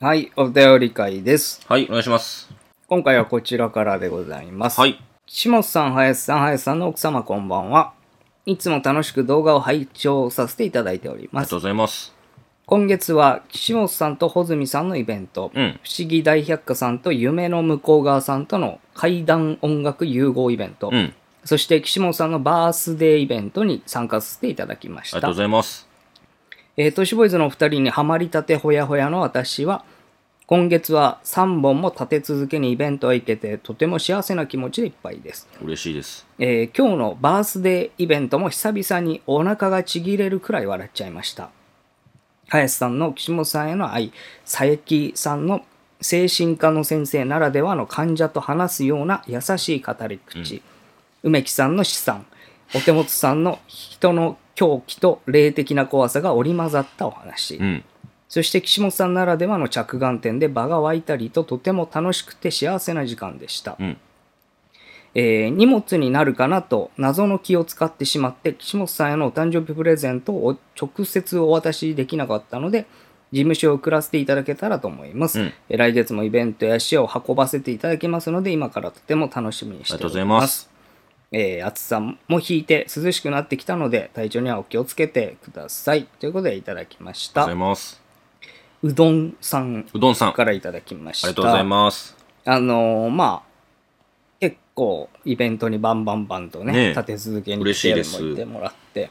はい、お便り会です。はい、お願いします。今回はこちらからでございます。はい。下津さん、林さん、林さんの奥様こんばんは。いつも楽しく動画を拝聴させていただいておりありまがとすう。ございます。今月は、下津さんと穂積さんのイベント、うん。不思議大百科さんと夢の向こう側さんとの怪談音楽融合イベント、うん。ありそして岸本さんのバースデーイベントに参加させていただきましがとうたご。ざいます。えー、トシボーイズのお二人にハマりたてほやほやの私は、今月は3本も立て続けにイベントへ行けて、とても幸せな気持ちでいっぱいです。嬉しいです。えー今日のバースデーイベントも久々にお腹がちぎれるくらい笑っちゃいました。林さんの岸本さんへの愛、佐伯さんの精神科の先生ならではの患者と話すような優しい語り口、梅木さんの資産、お手元さんの人の狂気と霊的な怖さが織り交ざったお話、うん。そして岸本さんならではの着眼点で場が湧いたりととても楽しくて幸せな時間でした。うん。えー荷物になるかなと謎の気を使ってしまって岸本さんへのお誕生日プレゼントを直接お渡しできなかったので事務所を送らせていただけたらと思います、うんえー来月もイベントや足を運ばせていただきますので今からとても楽しみにありしがてとおうござりいまますす。えー暑さも引いて涼しくなってきたので体調にはお気をつけてくださいということでいただきましありがとたうございます。うどんさんうどんさん。あからいただきましたりがとうございます。あのーまあ、結構イベントにバンバンバンとね、ねえ立て続けに嬉しいで来すてもいてもらって。って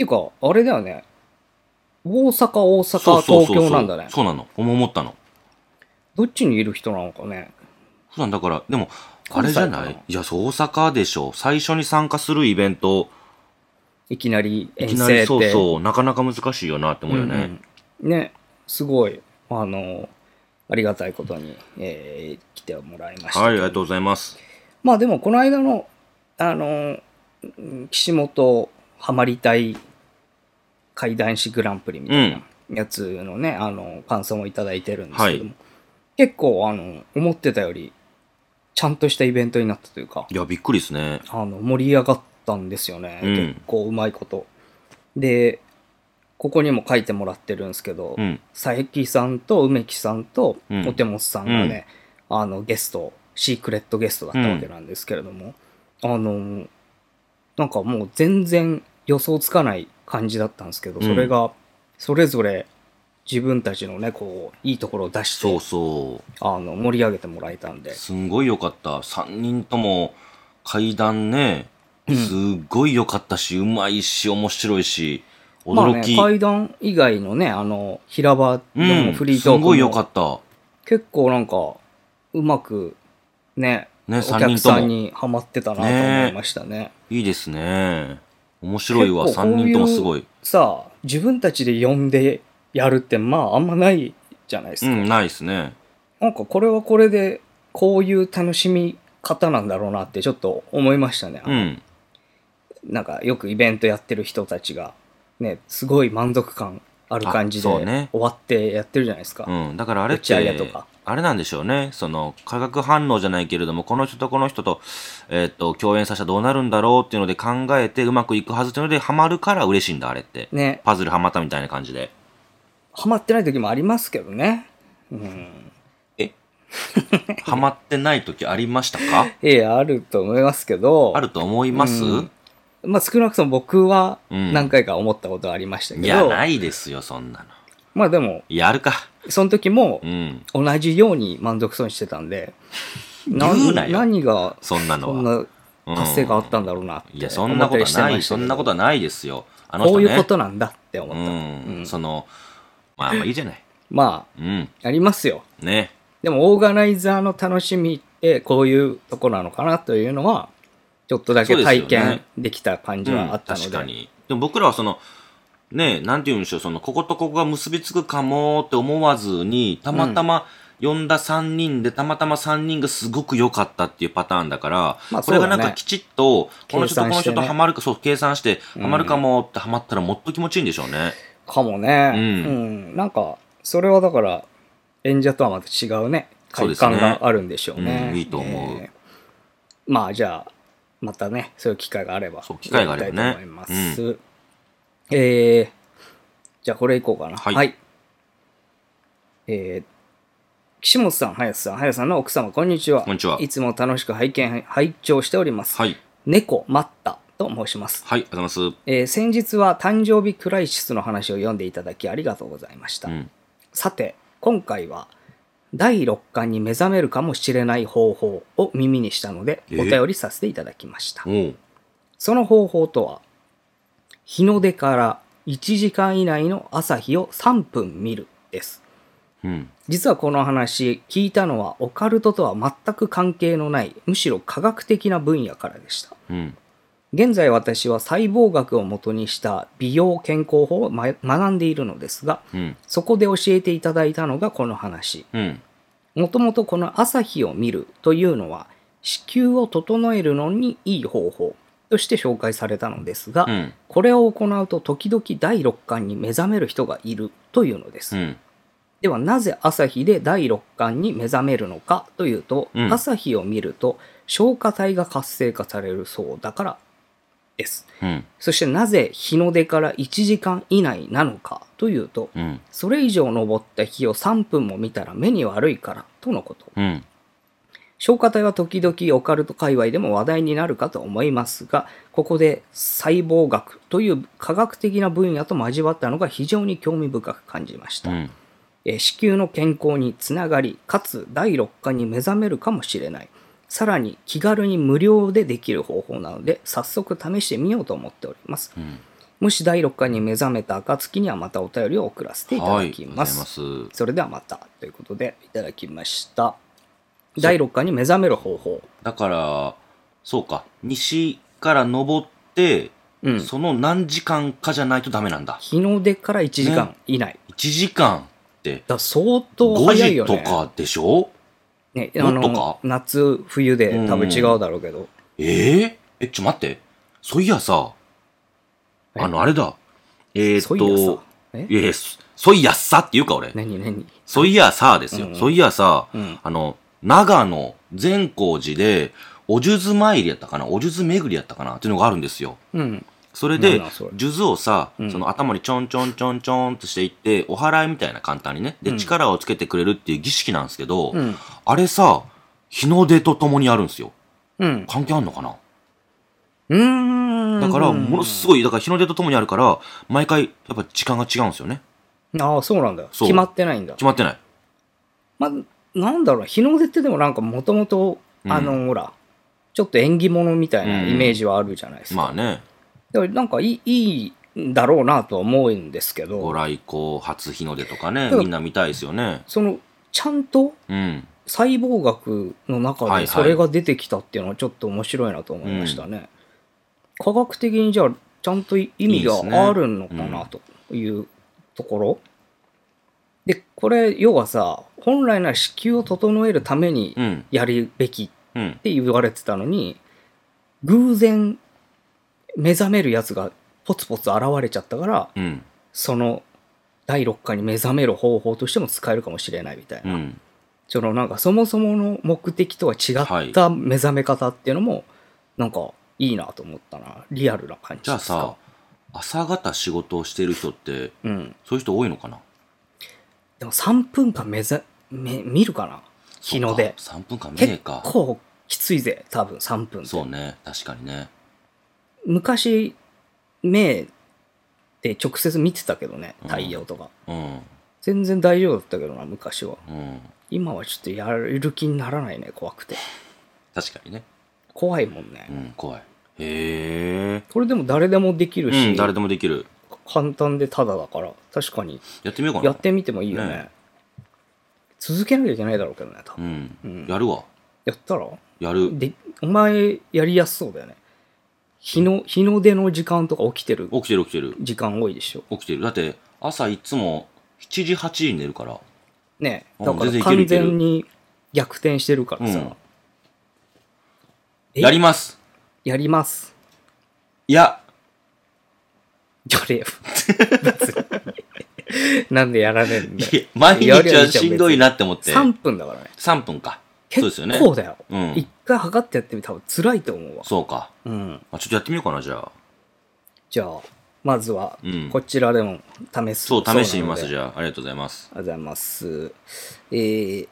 いうか、あれだよね、大阪、大阪、そうそう東そうそう京なんだね。そうなの。俺も思ったの。どっちにいる人なのかね。普段だから、でも、あれじゃ関な西かないいや、そう大阪でしょ。最初に参加するイベント、いきなりい遠きな征りって。そうそう、なかなか難しいよなって思うよね。うんね、すごい、あのーありがたいことに、えー来てもらいました。はい、ありがとうございます。まあでもこの間の、あのー、うん岸本ハマりたい怪談師グランプリみたいなやつのね、あのー感想もいただいてるんですけども、結構あの思ってたよりちゃんとしたイベントになったというかいや、びっくりですね。あの盛り上がったんですよね、うん結構うまいことでここにも書いてもらってるんですけど、うん。佐伯さんと梅木さんとうんお手元さんがね、あのゲストシークレットゲストだったわけなんですけれども、あのなんかもう全然予想つかない感じだったんですけどうんそれがそれぞれ自分たちのねこういいところを出してそうそう。あの盛り上げてもらえたんですんごい良かった。3人とも階段ね、うんすっごい良かったし、うまいし、面白いし、まあ驚ねき。階段以外のねあの平場うのん、フリーすトーんごいク良かもった。結構なんかうまくねね、お3客人とさんも。にはまってたなと思いましたねいいですね。面白いわ、結構3人ともすごい。さあ自分たちで呼んでやるってまああんまないじゃないですうか、ん、ないですね。なんかこれはこれでこういう楽しみ方なんだろうなってちょっと思いましたね、うん。なんかよくイベントやってる人たちがねすごい満足感ある感じであそうね終わってやってるじゃないですか、うん、だからあれっ打ち上げてとかあれなんでしょうねその化学反応じゃないけれどもこの人とこの人と,、えーっと共演させたらどうなるんだろうっていうので考えてうまくいくはずっていうのでハマるから嬉しいんだあれって、ねパズルハマったみたいな感じでハマってない時もありますけどねうんえハマってない時ありましたかいやあると思いますけどあると思います、うんまあ少なくとも僕はうん何回か思ったことはありましたけど、いやないですよそんなのまあでもいやあるかその時もうん同じように満足そうにしてたん で、な言うなよ何がそんなのそはんなうん達成があったんだろうなって、いやそんなことはないそんなことはなないですよあのこう人ねいうことなんだって思うった。ん、うんそのまあまあいいじゃないまうんあ、ありますよ。ねでも、オーガナイザーの楽しみってこういうとこなのかなというのは、ちょっとだけ体そうです験よできた感じはあったので。うん確かにでも僕らはそのねなんて言うんでしょうそのこことここが結びつくかもって思わずにたまたま呼んだ3人で、たまたま3人がすごく良かったっていうパターンだから、まあこれがそうだなねんかきちっと、この人とこ計算のして人ねとハマるか、そう、計算して、うんハマるかもってハマったらもっと気持ちいいんでしょうね。かもね。うんうんなんか、それはだから、演者とはまた違うね、そう快ですね感があるんでしょうね。うんいいと思うえーまあ、じゃあ、またね、そういう機会があれば、そう機会があればねやりたいと思います。えーじゃあこれいこうかな。はいえー岸本さん、林さん、林さんの奥様、こんにちは。こんにちはいつも楽しく拝見、拝聴しております。はい。猫、マッタと申します。はい、ありがとうございまえー先日は誕生日クライシスの話を読んでいただきありがとうございました。す。うん。さて、今回は第6巻に目覚めるかもしれない方法を耳にしたので、おえ便りさせていただきました。おう。その方法とは、日の出から1時間以内の朝日を3分見るです。うん。実はこの話、聞いたのはオカルトとは全く関係のない、むしろ科学的な分野からでした。うん。現在私は細胞学を元にした美容健康法をま学んでいるのですが、うん。そこで教えていただいたのがこの話。うん。もともとこの朝日を見るというのは子宮を整えるのにいい方法として紹介されたのですが、うん。これを行うと時々第六感に目覚める人がいるというのです、うん。ではなぜ朝日で第六感に目覚めるのかというと、うん朝日を見ると消化体が活性化されるそうだからですうん。そしてなぜ日の出から1時間以内なのかというとうん。それ以上昇った日を3分も見たら目に悪いからとのことうん。消化体は時々オカルト界隈でも話題になるかと思いますがここで細胞学という科学的な分野と交わったのが非常に興味深く感じました、うん。えー子宮の健康につながりかつ第六感に目覚めるかもしれないさらに気軽に無料でできる方法なので早速試してみようと思っておりますうん。もし第六感に目覚めた暁にはまたお便りを送らせていたはだい、ありきがとうごまざいす、ます。それではまたということでいただきました第6巻に目覚める方法だから、そうか、西から登って、うんその何時間かじゃないとダメなんだ。日の出から1時間ね以内、 1時間って、だ相当5早い時よねとかでしょねもっとか夏冬で多分違うだろうけど、えええ、ちょ、待って。そういやさ、えあの、あれだ。えー、っそういやとさ、えいやいや、そそういやさって言うか、俺。何何そういやさですうよ。んそういやさ、うんあの、長野、善光寺で、お数珠参りやったかな、お数珠巡りやったかなっていうのがあるんですよ。うんそれなんでなんそれ、数珠をさ、うんその頭にちょんちょんちょんちょんとしていって、お祓いみたいな簡単にね、で、うん力をつけてくれるっていう儀式なんですけど、うんあれさ、日の出とともにあるんですよ。うん関係あんのかなうーんだから、ものすごい、だから日の出とともにあるから、毎回、やっぱ時間が違うんですよね。ああそうなんだそう決まってないんだ決まってない。まあなんだろう日の出ってでもなんかもともとあの、うほらちょっと縁起物みたいなイメージはあるじゃないですか、まあね、だからなんかいいいいんだろうなとは思うんですけごど来光、初日の出とかね、うんみんな見たいですよね。そのちゃんとうん。細胞学の中はいはでいそれが出てきたっていうのはちょっと面白いなと思いましたね、科学的にじゃあちゃんと意味いいですねがあるのかなというところで,、これ要はさ本来なら子宮を整えるためにうん。やるべきうんっ。て言われてたのに偶然目覚めるやつがポツポツ現れちゃったからうん。その第六感に目覚める方法としても使えるかもしれないみたいな、うん。そのなんかそもそもの目的とは違った目覚め方っていうのもなんかいいなと思ったなリアルな感じじゃであすかさ、朝方仕事をしてる人って、うんそういう人多いのかなでも3分間目ざめ見るかな日の出そうか3分間見ねえ結か。構きついぜ多分3分ってそうね、確かにね。昔目で直接見てたけどね太陽とか、うん。全然大丈夫だったけどな昔はうん。今はちょっとやる気にならないね怖くて確かにね。怖いもんね、うん、怖い。へえ。これでも誰でもできるし、うん、誰でもできる。簡単でタダだから確かにやってみようかな。やってみてもいいよねね続けなきゃいけないだろうけどね多う分、んうん。やるわ。やったらやる。でお前やりやすそうだよね日の日の出の時間とか起きてる起きてる起きてる。時間多いでしょ起きてる。だって、朝いつも7時、8時に寝るから。ねえうんだから全然いける完いける全に逆転してるからさ、うんえやります。やりますいや、やれよ別になんでやらねえんだよいや毎日はしんどいなって思って。 3分だからね3分か。そうで結すよね。構だよ一、うん回測ってやってみたら多分辛いと思うわそうか。うんまあ、ちょっとやってみようかな、じゃあ。じゃあまずはうんこちらでも試す、そう、試してみまそうなのす、でじゃあ。ありがとうございます。ありがとうございますえー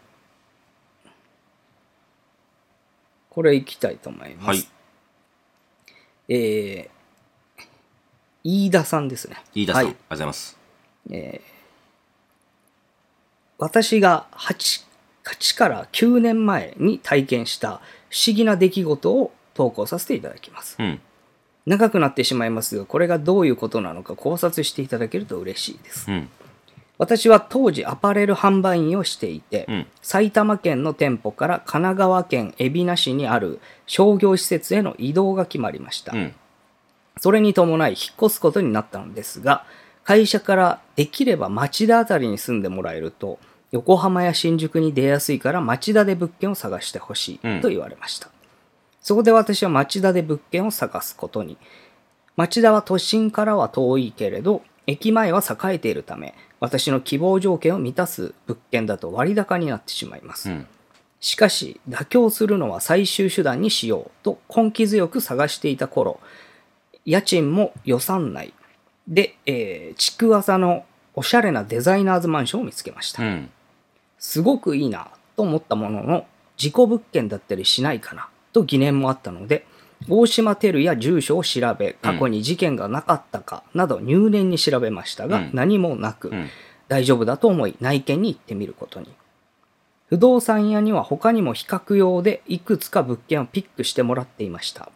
これ行きたいと思います。はい。えー飯田さんですね。飯田さん、はありいがとうございます。私が 8, 8から9年前に体験した不思議な出来事を投稿させていただきます。うん。長くなってしまいますが、これがどういうことなのか考察していただけると嬉しいです。うん。私は当時アパレル販売員をしていて、うん埼玉県の店舗から神奈川県海老名市にある商業施設への移動が決まりました。うん。それに伴い引っ越すことになったのですが、会社からできれば町田あたりに住んでもらえると、横浜や新宿に出やすいから町田で物件を探してほしうんいと言われました。そこで私は町田で物件を探すことに。町田は都心からは遠いけれど、駅前は栄えているため、私の希望条件を満たす物件だと割高になってしまいます。うん。しかし妥協するのは最終手段にしようと根気強く探していた頃家賃も予算内で、えー、築浅のおしゃれなデザイナーズマンションを見つけました、うん。すごくいいなと思ったものの事故物件だったりしないかなと疑念もあったので大島テルや住所を調べ過去に事件がなかったかなど入念に調べましたが、うん何もなく、うん。大丈夫だと思い内見に行ってみることに不動産屋には他にも比較用でいくつか物件をピックしてもらっていました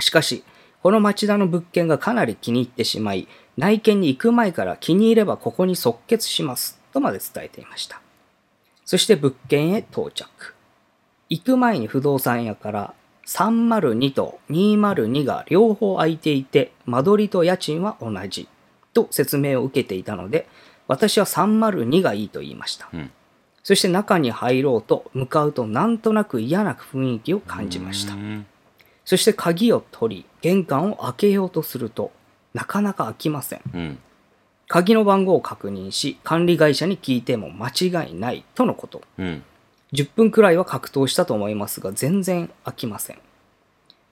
しかしこの町田の物件がかなり気に入ってしまい内見に行く前から気に入ればここに即決しますとまで伝えていましたそして物件へ到着行く前に不動産屋から302と202が両方空いていて間取りと家賃は同じと説明を受けていたので私は302がいいと言いました、うんそして中に入ろうと向かうとなんとなく嫌な雰囲気を感じましたうん。そして鍵を取り玄関を開けようとするとなかなか開きませんうん。鍵の番号を確認し管理会社に聞いても間違いないとのことうん。 10分くらいは格闘したと思いますが全然飽きません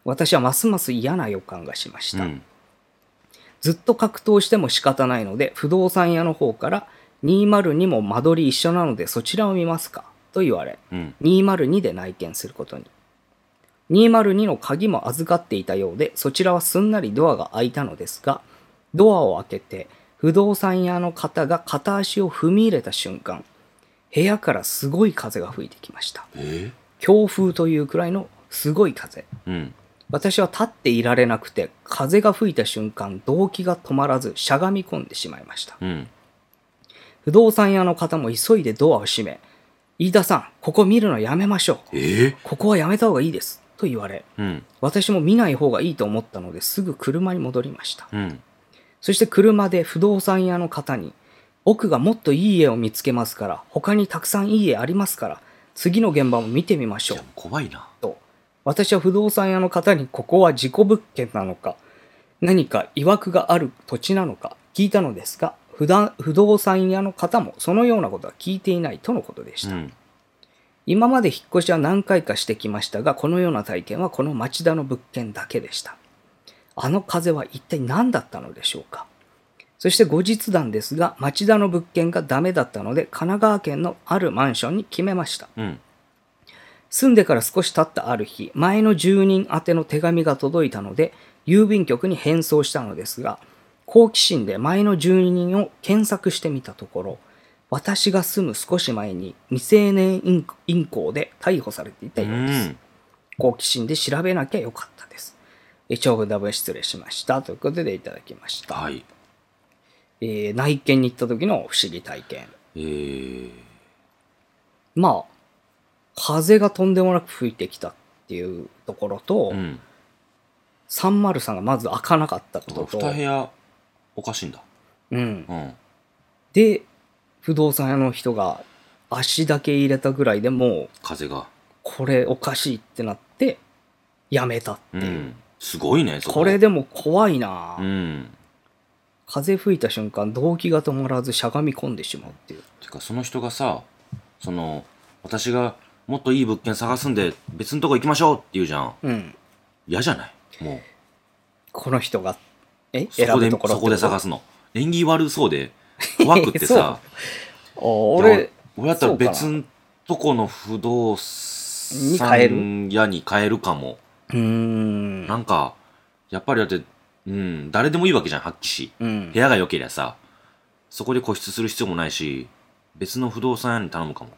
私はますます嫌な予感がしましうた、ん。ずっと格闘しても仕方ないので不動産屋の方から202も間取り一緒なのでそちらを見ますかと言われうん。 202で内見することに202の鍵も預かっていたようでそちらはすんなりドアが開いたのですがドアを開けて不動産屋の方が片足を踏み入れた瞬間部屋からすごい風が吹いてきましたえ強風というくらいのすごい風うん。私は立っていられなくて風が吹いた瞬間動機が止まらずしゃがみ込んでしまいましたうん。不動産屋の方も急いでドアを閉め飯田さんここ見るのやめましょうえここはやめた方がいいですと言われうん。私も見ない方がいいと思ったのですぐ車に戻りましたうん。そして車で不動産屋の方に僕がもっといい家を見つけますから他にたくさんいい家ありますから次の現場も見てみましょう怖いな。と私は不動産屋の方にここは事故物件なのか何か曰くがある土地なのか聞いたのですが不断不動産屋の方もそのようなことは聞いていないとのことでしうた、ん。今まで引っ越しは何回かしてきましたがこのような体験はこの町田の物件だけでしたあの風は一体何だったのでしょうかそして後日談ですが町田の物件がダメだったので神奈川県のあるマンションに決めましたうん。住んでから少し経ったある日、前の住人宛ての手紙が届いたので、郵便局に返送したのですが、好奇心で前の住人を検索してみたところ、私が住む少し前に未成年インインコで逮捕されていたうようですん。。好奇心で調べなきゃよかったです。え長文ダブ失礼しました。ということでいただきました。はい。えー内見に行った時の不思議体験。えー。まあ、風がとんでもなく吹いてきたっていうところと、うん。 303がまず開かなかったこだとかとら、二部屋、おかしいんだ。うん、うん。で不動産屋の人が足だけ入れたぐらいでもう風が。これおかしいってなってやめたってういう、ん。すごいね、そこれで。でも怖いな、うん。風吹いた瞬間動機が止まらずしゃがみ込んでしまうっていうてかその人がさその私がもっといい物件探すんで別のとこ行きましょうって言うじゃんうん嫌じゃないもこの人がえうそ選こぶでところそこで探すすの縁起悪そうで怖くって そうさ俺俺やったらそうかな別のとこの不動産に変える三夜に変えるかも。うーん。なんか、やっぱりだって、うん、誰でもいいわけじゃん、発揮し。うん部。屋が良けりゃさ、そこで固執する必要もないし、別の不動産屋に頼むかも。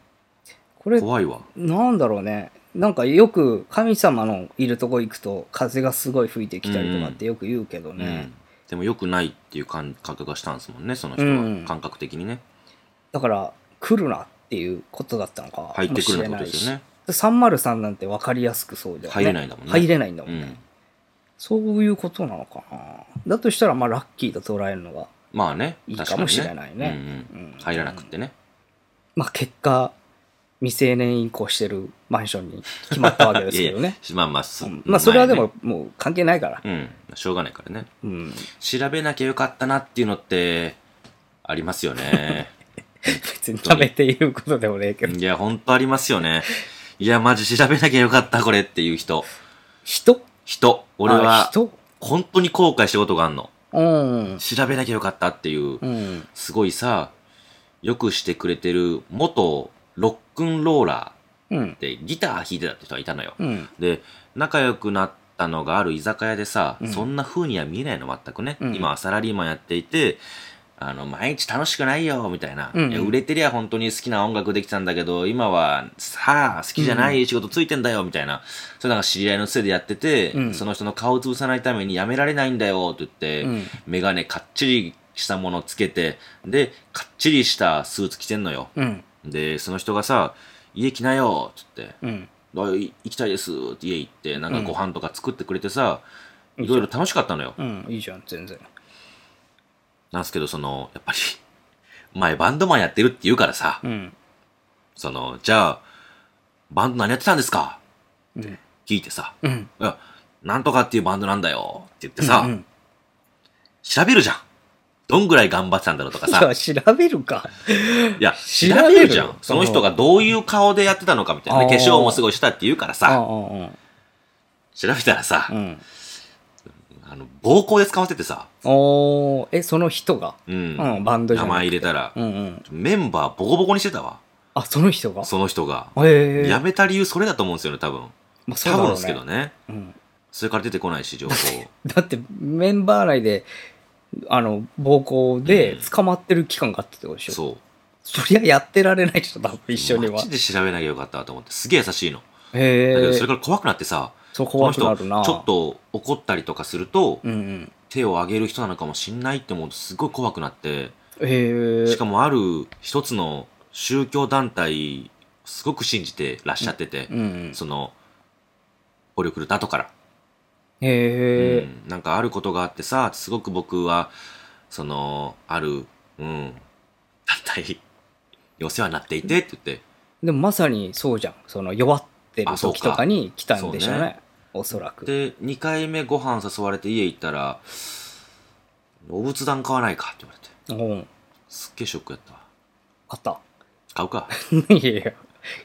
これ、怖いわ。なんだろうね。なんかよく神様のいるとこ行くと風がすごい吹いてきたりとかってよく言うけどうねん。。でも良くないっていう感覚がしたんですもんね、その人は。うん感覚的にね。だから、来るなっていうことだったのか入ってくるようなこもとでしすれよないね。し。303なんて分かりやすくそうじゃんね入れないんだもんね入れないんだもうんね。ん。そういうことなのかな。だとしたら、まあ、ラッキーと捉えるのが、まあね。いい確かもしれないねうんうんうん入らなくってね。まあ、結果、未成年移行してるマンションに決まったわけですけどね。 いやいやまあまあ、すうんまあ、それはで。前もね、もう関係ないから。うん。しょうがないからね。 うん。調べなきゃよかったなっていうのって、ありますよ ね。別に食べていうことでもねえけど。いや、ほんとありますよね。いや、マジ調べなきゃよかった、これっていう人。人人。俺あは、人本当に後悔したことがあんの。うん。調べなきゃよかったっていうう、ん。すごいさ、よくしてくれてる元ロックンローラうんーっ。てギター弾いてたって人がいたのよ。うん。で、仲良くなったのがある居酒屋でさ、うんそんな風には見えないの、全くね。うん今はサラリーマンやっていて、あの、毎日楽しくないよ、みたいな。うんうんいや売れてりゃ本当に好きな音楽できたんだけど、今は、さあ、好きじゃない仕事ついてんだよ、みたいな。それなんか知り合いのせいでやってて、うんその人の顔を潰さないためにやめられないんだよ、って言って、うんメガネかっちりしたものつけて、で、かっちりしたスーツ着てんのよ。うん。で、その人がさ、家来なよ、って言って。うん。あい行きたいですって家行ってなんかご飯とか作ってくれてさ、うんいろいろ楽しかったのよ、うん。いいじゃん、全然。なんですけどそのやっぱり前バンドマンやってるって言うからさ、うん。そのじゃあバンド何やってたんですかうん。聞いてさ「うん。いやなんとかっていうバンドなんだよ」って言ってさ、うん調べるじゃんどんぐらい頑張ってたんだろうとかじ さゃあ、調べるか。いや、調調べるべるじゃん。そのその人がどういう顔でやってたのかみたいなね。あー化粧もすごいしたって言うからあさ、あ、調べたらさう、ん。あの、暴行で使わせてさ、おー、え、その人が。うんうん、バンドじゃ名な前い。入れたら、うんうん。メンバーボコボコにしてたわ。あ、その人がその人が。へえ。辞めた理由それだと思うんですよね、多分。まあそう多だろうね分ですけどね。うんそれから出てこないし、情報。だって、メンバー内で、あの、暴行で捕まってる期間があったってことでしょ。そう。そりゃやってられないでしょ、多分一緒にはマジ。で調べなきゃよかったと思って。すげえ優しいの。だけへど、え。それから怖くなってさ、そう、この怖くな人、ちるな。ょっ。と怒ったりとかすると、うんうん。手を挙げる人なのかもしんないって思うと、すごい怖くなって、へえ。しかもある一つの宗教団体、すごく信じてらっしゃっててう、んうん。その、暴力来ると後から。へえ。うん、なんかあることがあってさすごく僕はそのある、うん、団体にお世話になっていてって言ってでもまさにそうじゃん。その弱ってるあそう時かとかに来たんでしょうね。そうねおそらく。で2回目ご飯誘われて家行ったら「お仏壇買わないか」って言われてうん。すっげえショックやったわあった。 買うかいやいや、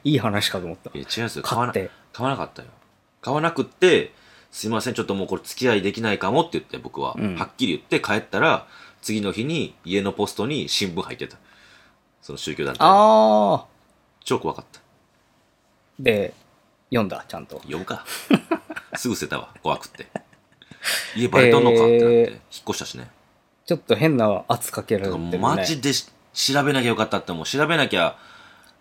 いい話かと思ったい。や違うんですよ買わ買っなて。買わなかったよ買わなくってすいませんちょっともうこれ付き合いできないかもって言って僕は、うんはっきり言って帰ったら次の日に家のポストに新聞入ってたその宗教団体のああ。超怖かったで、読んだ、ちゃんと。呼ぶかすぐ捨てたわ怖くって家バレとんのかってなって、えー引っ越したしねちょっと変な圧かけらだれかてらるね。マジでし調べなきゃよかったって思う調べなきゃ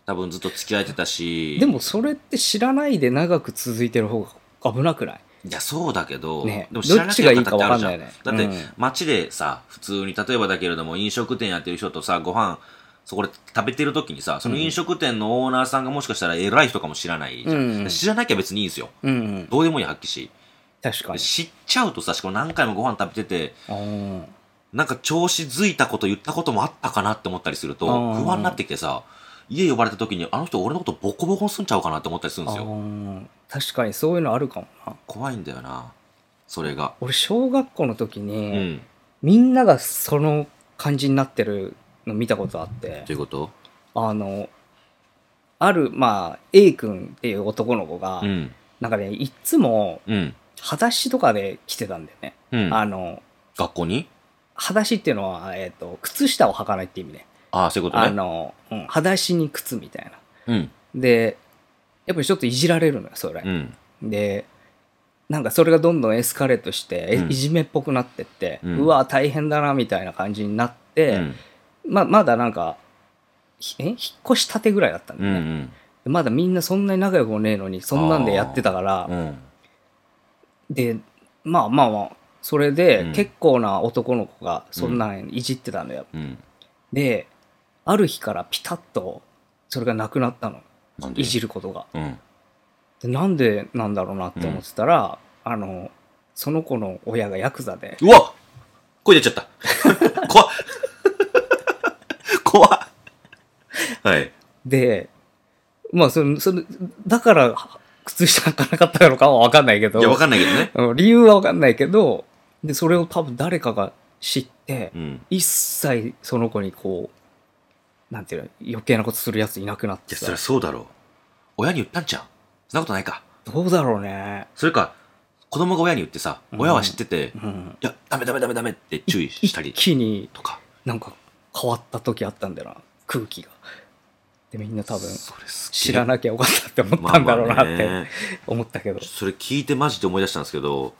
多分ずっと付き合えてたしでもそれって知らないで長く続いてる方が危なくないいやそうだけど、ねでも知らなきゃよかったってあるじゃんどっちだがっいいかわかんないてよねうん街でさ普通に例えばだけれども飲食店やってる人とさご飯そこで食べてる時にさその飲食店のオーナーさんがもしかしたら偉い人かもしれないじゃん、うんうん知らなきゃ別にいいんですようん、うん、どうでもいい発揮し確かに。知っちゃうとさしかも何回もご飯食べててあーなんか調子づいたこと言ったこともあったかなって思ったりすると、あー不安になってきてさ、家呼ばれた時に、あの人俺のことボコボコにすんちゃうかなって思ったりするんあですよ。ー確かにそういうのあるかもな。怖いんだよな、それが。俺、小学校の時うに、ん。みんながその感じになってるの見たことあってとい、うことあの、ある、まあ、A 君っていう男の子が、うん。なんかね、いっつも、うん。裸足とかで来てたんだよね。うん。あの、学校に裸足っていうのは、えっ、と、靴下を履かないって意味ね。ああ、そういうことあね。の、うん、裸足に靴みたいな。うん。で、やっぱりちょっといじられるのよそれ、うん。でなんかそれがどんどんエスカレートして、えうんいじめっぽくなってって、ううんわ大変だなみたいな感じになっうて、ん。ままだなんかひえ引っ越したてぐらいだったんうだよね、ん。でまだみんなそんなに仲良くもねえのにそんなんでやってたからうん。でまあまあまあそれでうん結構な男の子がそんなんいじってたんだよ、うん。である日からピタッとそれがなくなったのなんでいじることがうん。でなんでなんだろうなって思ってたら、あのその子の親がヤクザでうわ声出ちゃ った。怖っ。怖っ。はい。でまあそのそれだから靴下履かなかったのかは分かんないけどいや、わかんないけどね。うん理由は分かんないけどでそれを多分誰かが知って、うん。一切その子にこうなんていうの余計なことするやついなくなっいてや、そりさゃそうだろう。親に言ったんちゃうそんなことないか。どうだろうね、それか、子供が親に言ってさ、うん親は知ってて、いうん、や、ダメダメダメダメって注意し一 たり気にとか。なんか変わった時あったんだよな空気がでみんな多分それすげえ知らなきゃよかったって思ったんだろうなっまあまあてね思ったけど、それ聞いてマジで思い出したんですけど、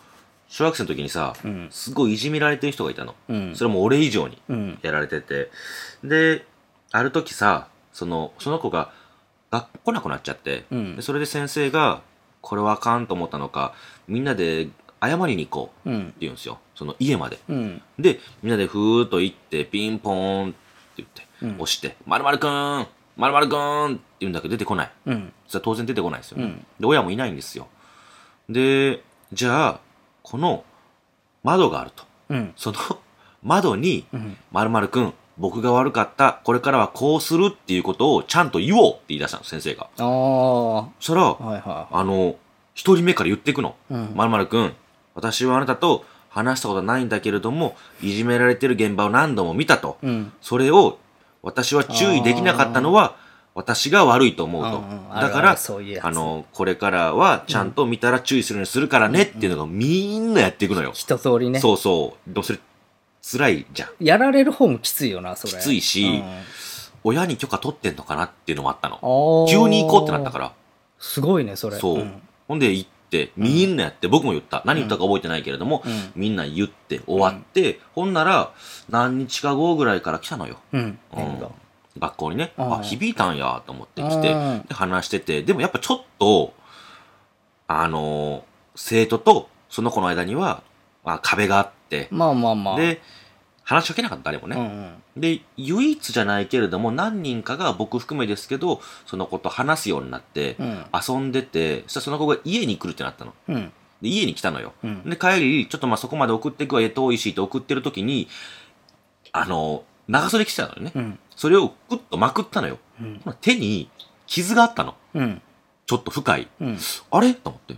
小学生の時にさ、うんすごいいじめられてる人がいたの。うんそれも俺以上にうんやられてて。で、ある時さ、その、その子が学校来なくなっちゃって、うんでそれで先生が、これはあかんと思ったのか、みんなで謝りに行こうっうてん言うんですよ。その家まで。うんで、みんなでふーっと行って、ピンポーンって言って、うん押して、まるまるくーんまるまるくーんって言うんだけど出てこない。うんそれは当然出てこないですよ、ねうんで、親もいないんですよ。で、じゃあ、この窓があると。うんその 窓に、うんまるまるくん、僕が悪かった、これからはこうするっていうことをちゃんと言おうって言い出したの、先生が。ああはそしたらい、はあの、一人目から言っていくの。いうんまるまるくん、私はあなたと話したことはないんだけれども、いじめられてる現場を何度も見たと。うんそれを、私は注意できなかったのは、私が悪いと思うと。うんうんあるあだるから、そういうやつあの、これからはちゃんと見たら注意するようにするからねっていうのがみんなやっていくのよ。一通りねそうそう。でもそれ、辛いじゃん。やられる方もきついよなそれきついし親に許可取ってんのかなっていうのもあったの。急急に行こうってなったから。すごいねそれそう。んほんで行って、みんなやって、僕も言った。何言ったか覚えてないけれども、うんみんな言って終わって、ほんなら、何日か後ぐらいから来たのよ。うんうんなるほど学校にね。うんあ、響いたんやと思ってきて、うんで話してて、でもやっぱちょっと、あのー生徒とその子の間には、まあ、壁があって、まあまあまあで、話しかけなかった、誰もうね。んで、唯一じゃないけれども、何人かが僕含めですけど、その子と話すようになって、うん遊んでて、そしたらその子が家に来るってなったの。うんで、家に来たのよ。うんで、帰り、ちょっとまあそこまで送ってくわ、え、遠いしって送ってる時に、あの、長袖着てたのよね。うんそれをグッとまくったのよ。うんほら手に傷があったの。うんちょっと深い。うんあれと思って。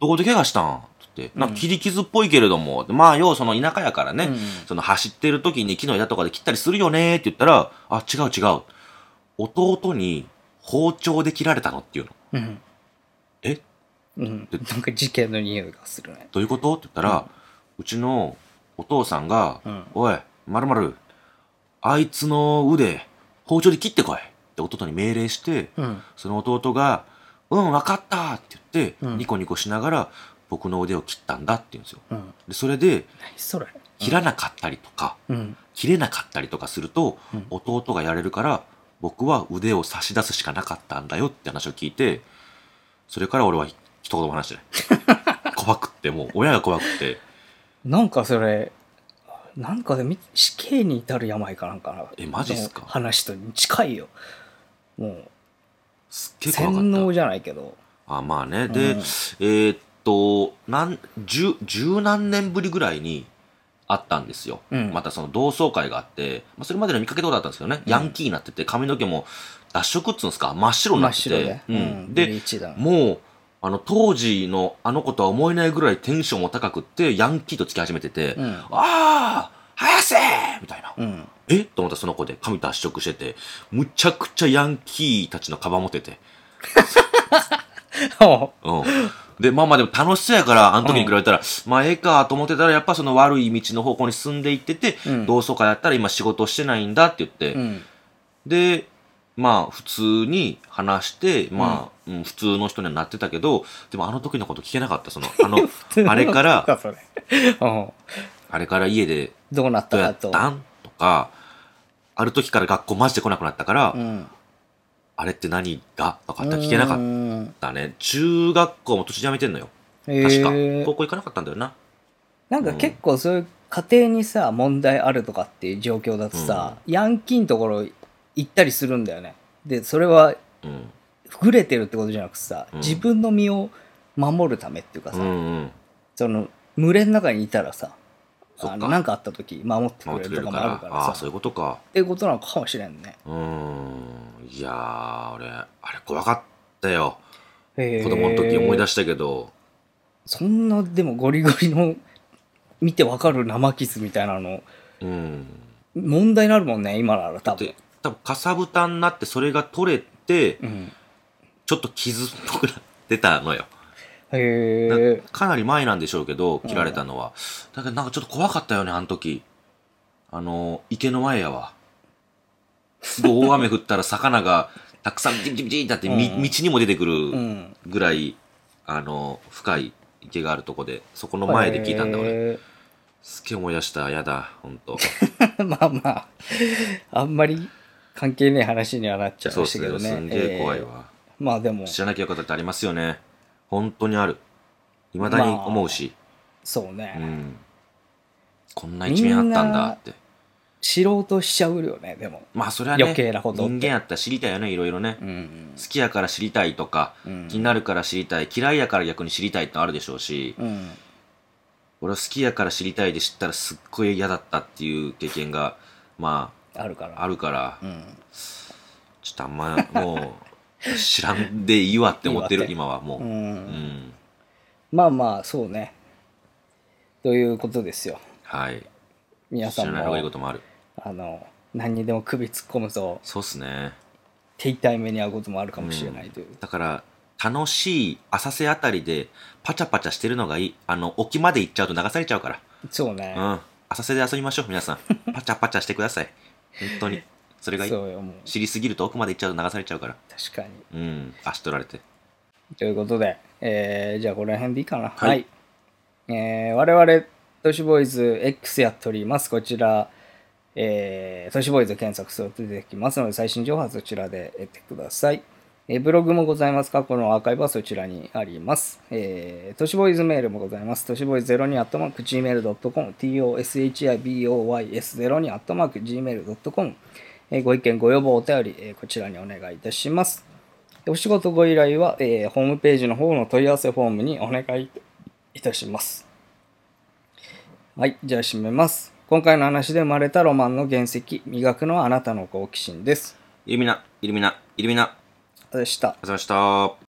どこで怪我したんって。なんか切り傷っぽいけれども、まあ、要はその田舎やからね、うんその走ってる時に木の枝とかで切ったりするよねって言ったら、あ、違う違う。弟に包丁で切られたのっていうの。うんえうんなんか事件の匂いがするねどういうことって言ったら、うちのお父さんが、うんおい、まるまる、あいつの腕、包丁で切ってこいって弟に命令して、うんその弟が、うん、わかったって言って、うんニコニコしながら、僕の腕を切ったんだって言うんですよ。うんで、それで、何それ切らなかったりとか、うん切れなかったりとかすると、うん弟がやれるから、僕は腕を差し出すしかなかったんだよって話を聞いて、それから俺は一言も話して ない。怖くって、もう親が怖くって、なんかそれなんかでみ死刑に至る病かなんかなえマジっすかの話と近いよもすっうげえ怖かった。洗脳じゃないけどあまあね。で、うんえーっと、なん、十、十何年ぶりぐらいに会ったんですよ。うんまたその同窓会があって、まあ、それまでの見かけどうだったんですけどね、うんヤンキーになってて、髪の毛も脱色っつうんですか、真っ白に真なっってて。白でうんブリでー、チだなもう、あの、当時のあの子とは思えないぐらいテンションも高くって、ヤンキーと付き始めてて、うんああ早せみたいな。うんえと思ったらその子で髪脱色してて、むちゃくちゃヤンキーたちのカバン持ってて。うん。で、まあまあでも楽しそうやから、あの時に比べたら、まあええかと思ってたら、やっぱその悪い道の方向に進んでいってて、うん同窓会やったら今仕事してないん だって言って、うんで、まあ普通に話して、まあ、うん、普通の人にはなってたけど、でもあの時のこと聞けなかった。そ の、あの通、のあれから、 それうんあれから家でどうなったどうやかっと。たんとか、ある時から学校マジで来なくなったから、うん。あれって何がとかって聞けなかっうんたね。中学校も年で辞めてんのよ。へ確か。ー高校行かなかったんだよな。なんか結構そういう家庭にさ、問題あるとかっていう状況だとさ、ヤンキーのところ行ったりするんだよね。で、それは、うん。ふれてるってことじゃなくさ、うん自分の身を守るためっていうかうさ、んうん。その、群れの中にいたらさ、そっかあのなんかあった時守ってく守っれてくるれとるかもから。あるからあさあ、そういうことか。っていうことなのかもしれんね。うーん。いやー、俺、あれ怖かったよ。子子供の時思い出ししたけど、そんなでもゴリゴリの見てわかる生傷みたいなのうん。問題になるもんね今なら多分で、多分かさぶたになってそれが取れて、うん、ちょっと傷っぽくなってたのよ。へなえかなり前なんでしょうけど、切られたのは。だけどなんかちょっと怖かったよね、あの時。あの、池の前や わ。すごい大雨降ったら魚がたくさんビチビチビチってなって、みうん道にも出てくうるんぐらい、あの、深い池があるとこで、そこの前で聞いたんだ、俺。へすっげえ思い出した。やだ、ほんと。ー まあまああんまり関係ねえ話にはなっちゃいそうまっしたすけどよ。ねすんげえ怖いえーわ。まあでも知らなきゃよかったってありますよね。本当にある。未だに思うし。そううね、ん。こんな一面あったんだって。知ろうとしちゃうよねでもまあそれはね、余計なことって人間やったら知りたいよね、いろいろね。うん好きやから知りたいとか、うん気になるから知りたい、嫌いやから逆に知りたいってのあるでしょうし、うん俺は好きやから知りたいで知ったらすっごい嫌だったっていう経験が、まあるからあ、あるから、うんちょっとあんま、もう、知らんでいいわって思っていいわっる、て今はもう。ううんん。まあまあそうねということですよはい。皆知さらんない方がいいこもともある。あの何にでも首突っ込むとそうっすね。手痛い目に遭うこともあるかもしれないという、だから、楽しい浅瀬あたりで、パチャパチャしてるのがいい。あの、沖まで行っちゃうと流されちゃうから。そうね、うん。浅瀬で遊びましょう、皆さん。パチャパチャしてください。本当に。それがいい。そうよもう知りすぎると奥まで行っちゃうと流されちゃうから。確かにうん。足取られて。ということで、えーじゃあこの辺でいいかな。は。はいいえー我々、都市ボーイズ X やっております。こちら、えー、都市ボーイズ検索すると出てきますので、最新情報はそちらで得てください。えーブログもございます。過去のアーカイブはそちらにあります。えー、都市ボーイズメールもございます。都市ボーイズ02アットマーク Gmail.com、toshiboys02 アットマーク Gmail.com、えーご意見、ご要望、お便り、えーこちらにお願いいたします。お仕事ご依頼は、えーホームページの方の問い合わせフォームにお願いいたします。はい、じゃあ締めます。今回の話で生まれたロマンの原石、磨くのはあなたの好奇心です。イルミナ、イルミナ、イルミナ。ありがとうでした。ございました。